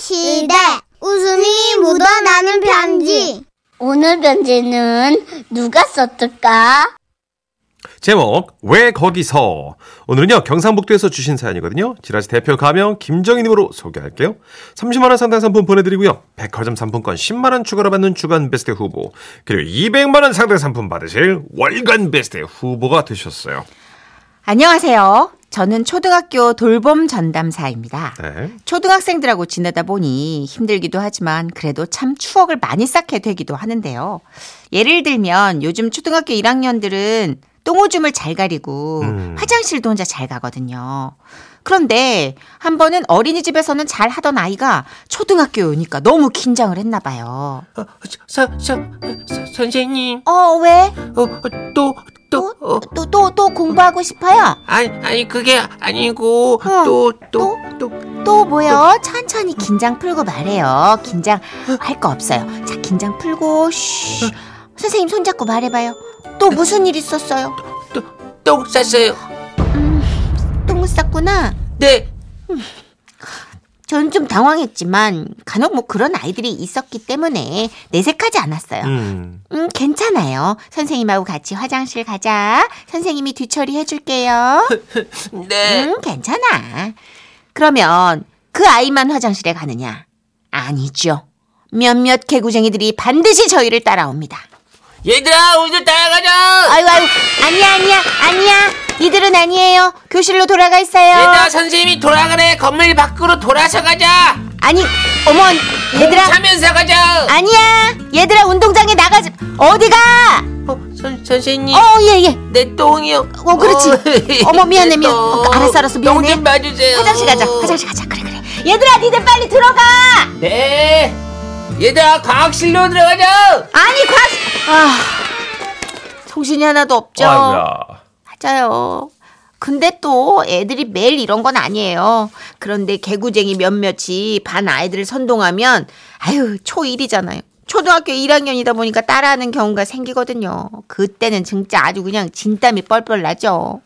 기대. 웃음이 묻어나는 편지. 오늘 편지는 누가 썼을까? 제목 왜 거기서 오늘은요 경상북도에서 주신 사연이거든요 지라시 대표 가명 김정희님으로 소개할게요 30만원 상당 상품 보내드리고요 백화점 상품권 10만원 추가로 받는 주간 베스트 후보 그리고 200만원 상당 상품 받으실 월간 베스트 후보가 되셨어요 안녕하세요. 저는 초등학교 돌봄 전담사입니다. 네. 초등학생들하고 지내다 보니 힘들기도 하지만 그래도 참 추억을 많이 쌓게 되기도 하는데요. 예를 들면 요즘 초등학교 1학년들은 똥오줌을 잘 가리고 음. 화장실도 혼자 잘 가거든요. 그런데 한 번은 어린이집에서는 잘 하던 아이가 초등학교에 오니까 너무 긴장을 했나 봐요. 어, 서, 서, 서, 선생님, 어, 왜? 어, 어, 또, 또, 어, 또, 또, 또 공부하고 싶어요? 아니, 아니, 그게 아니고, 어, 또, 또, 또, 또 뭐요? 천천히 긴장 풀고 말해요. 긴장 할 거 없어요. 자, 긴장 풀고 쉬. 선생님 손잡고 말해봐요. 또 무슨 일 있었어요? 똥 쌌어요. 똥을 쌌구나. 네, 저는 좀 당황했지만 간혹 뭐 그런 아이들이 있었기 때문에 내색하지 않았어요. 음. 음, 괜찮아요. 선생님하고 같이 화장실 가자. 선생님이 뒤처리 해줄게요. 네. 음, 괜찮아. 그러면 그 아이만 화장실에 가느냐? 아니죠. 몇몇 개구쟁이들이 반드시 저희를 따라옵니다. 얘들아, 우리도 따라가자! 아유, 아유, 아니야, 아니야, 아니야. 니들은 아니에요. 교실로 돌아가 얘들아, 있어요. 선생님이 돌아가래. 건물 밖으로 돌아서 가자! 아니, 어머, 얘들아. 차면서 가자! 아니야. 얘들아, 운동장에 나가지. 어디가? 어, 선, 선생님, 어, 예, 예. 내 똥이요. 어, 그렇지. 어머, 미안해, 내 미안. 똥. 어, 알았어, 알았어, 미안해. 똥좀 봐주세요. 화장실 가자. 화장실 가자. 그래, 그래. 얘들아, 니들 빨리 들어가. 네. 얘들아, 과학실로 들어가자! 아니, 과. 아, 정신이 하나도 없죠. 아이고야 맞아요. 근데 또 애들이 매일 이런 건 아니에요. 그런데 개구쟁이 몇몇이 반 아이들을 선동하면 아유 초1이잖아요. 초등학교 1학년이다 보니까 따라하는 경우가 생기거든요. 그때는 진짜 아주 그냥 진땀이 뻘뻘 나죠.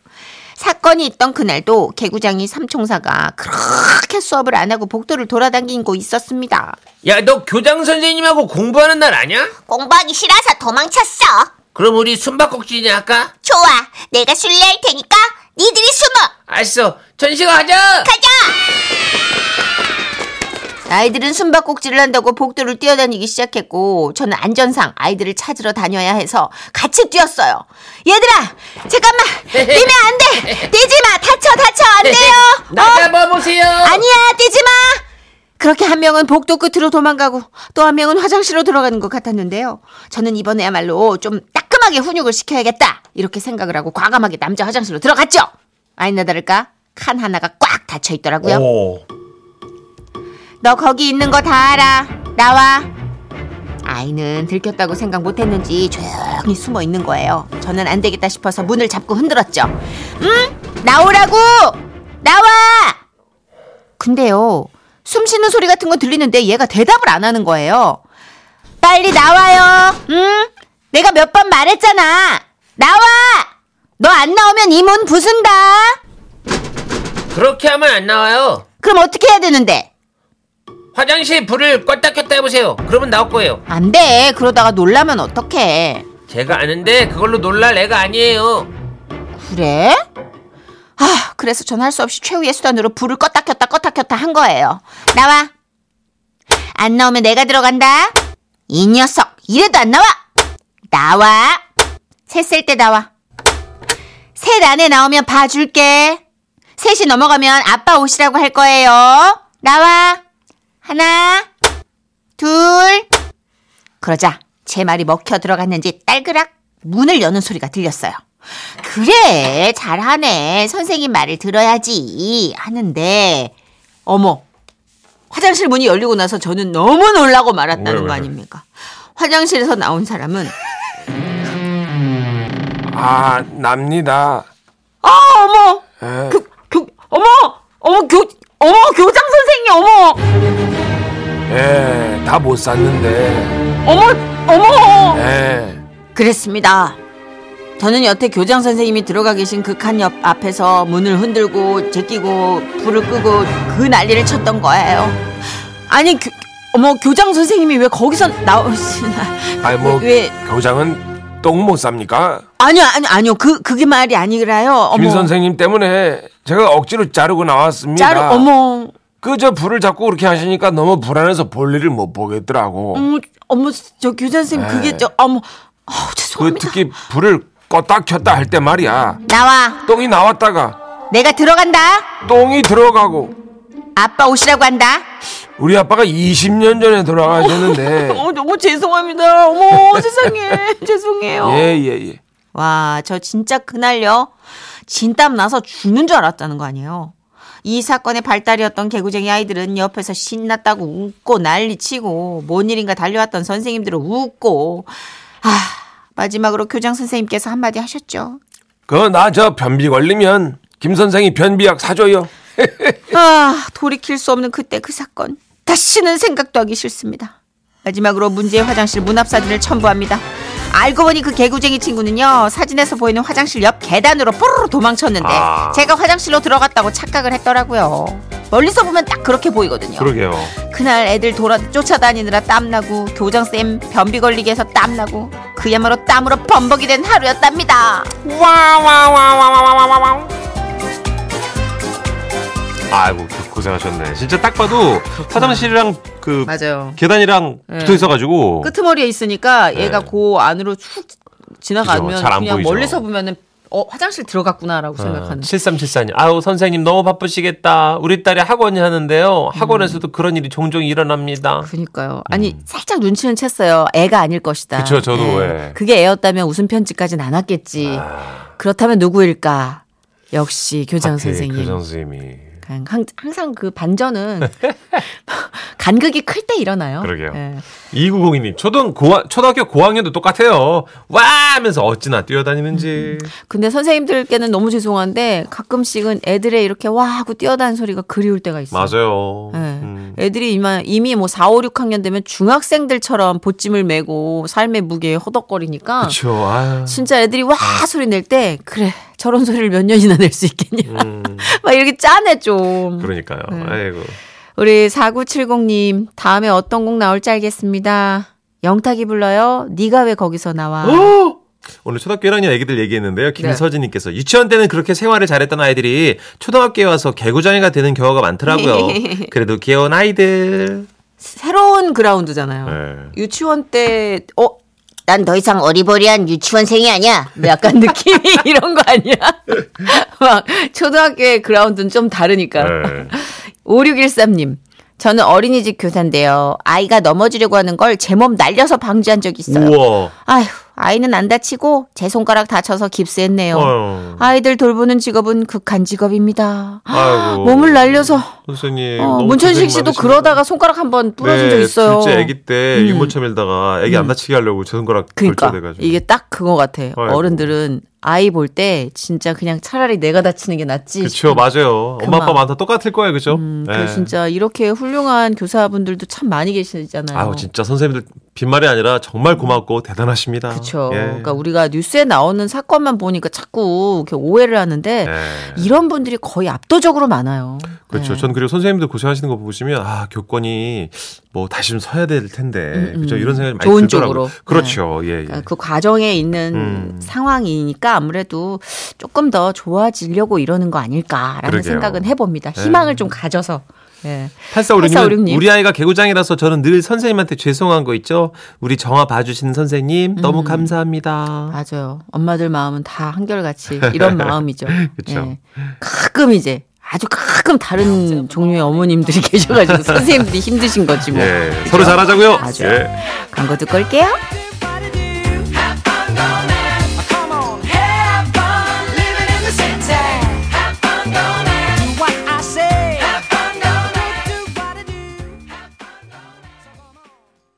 사건이 있던 그날도 개구쟁이 삼총사가 그렇게 수업을 안 하고 복도를 돌아다니고 있었습니다. 야, 너 교장 선생님하고 공부하는 날 아니야? 공부하기 싫어서 도망쳤어. 그럼 우리 숨바꼭질이나 할까? 좋아. 내가 술래할 테니까 니들이 숨어. 알았어. 전시가 하자. 아이들은 숨바꼭질을 한다고 복도를 뛰어다니기 시작했고 저는 안전상 아이들을 찾으러 다녀야 해서 같이 뛰었어요. 얘들아 잠깐만 뛰면 안 돼. 뛰지 마. 다쳐 다쳐 안 돼요. 어? 나가봐 보세요. 아니야 뛰지 마. 그렇게 한 명은 복도 끝으로 도망가고 또 한 명은 화장실로 들어가는 것 같았는데요. 저는 이번에야말로 좀 따끔하게 훈육을 시켜야겠다 이렇게 생각을 하고 과감하게 남자 화장실로 들어갔죠. 아니나 다를까 칸 하나가 꽉 닫혀 있더라고요. 오. 너 거기 있는 거 다 알아. 나와. 아이는 들켰다고 생각 못 했는지 조용히 숨어 있는 거예요. 저는 안 되겠다 싶어서 문을 잡고 흔들었죠. 응? 나오라고! 나와! 근데요, 숨 쉬는 소리 같은 건 들리는데 얘가 대답을 안 하는 거예요. 빨리 나와요! 응? 내가 몇 번 말했잖아! 나와! 너 안 나오면 이 문 부순다! 그렇게 하면 안 나와요. 그럼 어떻게 해야 되는데? 화장실 불을 껐다 켰다 해보세요. 그러면 나올 거예요. 안 돼. 그러다가 놀라면 어떡해. 제가 아는데 그걸로 놀랄 애가 아니에요. 그래? 아, 그래서 전 할 수 없이 최후의 수단으로 불을 껐다 켰다 껐다 켰다 한 거예요. 나와. 안 나오면 내가 들어간다. 이 녀석, 이래도 안 나와. 나와. 셋 셀 때 나와. 셋 안에 나오면 봐줄게. 셋이 넘어가면 아빠 오시라고 할 거예요. 나와. 하나, 둘. 그러자 제 말이 먹혀 들어갔는지 딸그락 문을 여는 소리가 들렸어요. 그래, 잘하네. 선생님 말을 들어야지. 하는데, 어머. 화장실 문이 열리고 나서 저는 너무 놀라고 왜, 말았다는 왜, 거 왜. 아닙니까? 화장실에서 나온 사람은 아, 납니다. 예, 아 어머 교, 교, 어머 어머 교 어머 교장 선생님 어머 예, 다 못 샀는데. 어머 어머 예. 그랬습니다. 저는 여태 교장 선생님이 들어가 계신 그 칸 옆 앞에서 문을 흔들고 제끼고 불을 끄고 그 난리를 쳤던 거예요. 아니 교, 어머 교장 선생님이 왜 거기서 나오시나? 아이 뭐 왜- 교장은 똥 못 삽니까? 아니요 아니요 아니요 그 그게 말이 아니라요. 어머 김 선생님 때문에 제가 억지로 자르고 나왔습니다. 짜르 어머 그저 불을 자꾸 그렇게 하시니까 너무 불안해서 볼 일을 못 보겠더라고. 어머 어머 저 교장 선생님 그게 저 어머 아우 네. 그 죄송합니다. 특히 불을 껐다 켰다 할 때 말이야. 나와. 똥이 나왔다가 내가 들어간다. 똥이 들어가고 아빠 오시라고 한다. 우리 아빠가 20년 전에 돌아가셨는데 어, 너무 죄송합니다. 어머 세상에 죄송해요. 예예 예, 예. 와, 저 진짜 그날요. 진땀 나서 죽는 줄 알았다는 거 아니에요. 이 사건의 발달이었던 개구쟁이 아이들은 옆에서 신났다고 웃고 난리치고 뭔 일인가 달려왔던 선생님들을 웃고 아 마지막으로 교장 선생님께서 한마디 하셨죠. 그나 저 변비 걸리면 김 선생이 변비약 사줘요. 아 돌이킬 수 없는 그때 그 사건 다시는 생각도 하기 싫습니다. 마지막으로 문제의 화장실 문 앞 사진을 첨부합니다. 알고 보니 그 개구쟁이 친구는요 사진에서 보이는 화장실 옆 계단으로 뽀로로 도망쳤는데 아. 제가 화장실로 들어갔다고 착각을 했더라고요. 멀리서 보면 딱 그렇게 보이거든요. 그러게요. 그날 애들 돌아 쫓아다니느라 땀나고 교장 쌤 변비 걸리게 해서 땀나고 그야말로 땀으로 범벅이 된 하루였답니다. 아이고 고- 고생하셨네. 진짜 딱 봐도 화장실이랑 그 맞아요. 계단이랑 네. 붙어 있어가지고 끄트머리에 있으니까 얘가 네. 그 안으로 쑥 그죠, 지나가면 잘안 그냥 보이죠. 네. 멀리서 보면은 어 화장실 들어갔구나라고 생각하는. 7374님, 아, 아우, 선생님 너무 바쁘시겠다. 우리 딸이 학원이 하는데요. 학원에서도 음. 그런 일이 종종 일어납니다. 그니까요. 아니 살짝 눈치는 챘어요. 애가 아닐 것이다. 네. 음. 그쵸, 저도, 예. 그게 애였다면 웃음 편지까지는 안 왔겠지. 아. 그렇다면 누구일까? 역시 교장 하필 그 예, 선생님. 아, 그 교장 선생님이. 그냥 항- 항상 그 반전은 간극이 클 때 일어나요. 그러게요. 예. 2902님, 초등, 고학, 초등학교 고학년도 똑같아요. 와! 하면서 어찌나 뛰어다니는지. 근데 선생님들께는 너무 죄송한데 가끔씩은 애들의 이렇게 와 하고 뛰어다니는 소리가 그리울 때가 있어요. 맞아요. 예. 음. 애들이 이미, 이미 뭐 4, 5, 6학년 되면 중학생들처럼 보찜을 메고 삶의 무게에 허덕거리니까 그쵸, 아유. 진짜 애들이 와 소리 낼 때 그래 저런 소리를 몇 년이나 낼 수 있겠냐 막 이렇게 짠해 좀 음. 그러니까요. 네. 아이고. 우리 4970님 다음에 어떤 곡 나올지 알겠습니다 영탁이 불러요 네가 왜 거기서 나와 어? 오늘 초등학교 1학년 애기들 얘기했는데요. 네. 김서진님께서 유치원 때는 그렇게 생활을 잘했던 아이들이 초등학교에 와서 개구장이가 되는 경우가 많더라고요. 그래도 귀여운 아이들. 새로운 그라운드잖아요 네. 유치원 때어 난 더 이상 어리버리한 유치원생이 아니야. 뭐 약간 느낌이 이런 거 아니야? 막 초등학교의 그라운드는 좀 다르니까. 네. 5613님. 저는 어린이집 교사인데요. 아이가 넘어지려고 하는 걸 제 몸 날려서 방지한 적이 있어요. 우와. 아휴, 아이는 안 다치고 제 손가락 다쳐서 깁스했네요. 아유. 아이들 돌보는 직업은 극한 직업입니다. 아이고. 몸을 날려서 선생님. 어, 너무 문천식 고생 씨도 많으십니다. 그러다가 손가락 한 번 부러진 적 네, 있어요. 둘째 아기 때 음. 유모차 밀다가 아기 안 다치게 하려고 제 손가락 그러니까 결절돼가지고. 이게 딱 그거 같아. 요 아이고. 어른들은 아이 볼 때 진짜 그냥 차라리 내가 다치는 게 낫지. 그쵸, 맞아요. 엄마 그만. 아빠 많다 똑같을 거예요, 그죠? 음, 네. 그 진짜 이렇게 훌륭한 교사분들도 참 많이 계시잖아요. 아우 진짜 선생님들 빈말이 아니라 정말 고맙고 대단하십니다. 그렇죠. 예. 그러니까 우리가 뉴스에 나오는 사건만 보니까 자꾸 이렇게 오해를 하는데 예. 이런 분들이 거의 압도적으로 많아요. 그렇죠. 네. 전 그리고 선생님들 고생하시는 거 보시면 아 교권이 뭐 다시 좀 서야 될 텐데 음, 음. 그죠 이런 생각이 많이 좋은 들더라고요. 쪽으로. 네. 그렇죠. 예. 예. 그러니까 그 과정에 있는 음. 상황이니까 아무래도 조금 더 좋아지려고 이러는 거 아닐까라는 그러게요. 네. 생각은 해봅니다. 희망을 좀 가져서. 예. 8456님 8456님. 우리 아이가 개구장이라서 저는 늘 선생님한테 죄송한 거 있죠. 우리 정아 봐주시는 선생님 음. 너무 감사합니다. 맞아요. 엄마들 마음은 다 한결같이 이런 마음이죠. 그쵸. 예. 가끔 이제 아주 가끔 다른 종류의 어머님들이 계셔가지고 선생님들이 힘드신 거지 뭐. 예. 서로 잘하자고요. 맞아요. 예. 광고 듣고 올게요.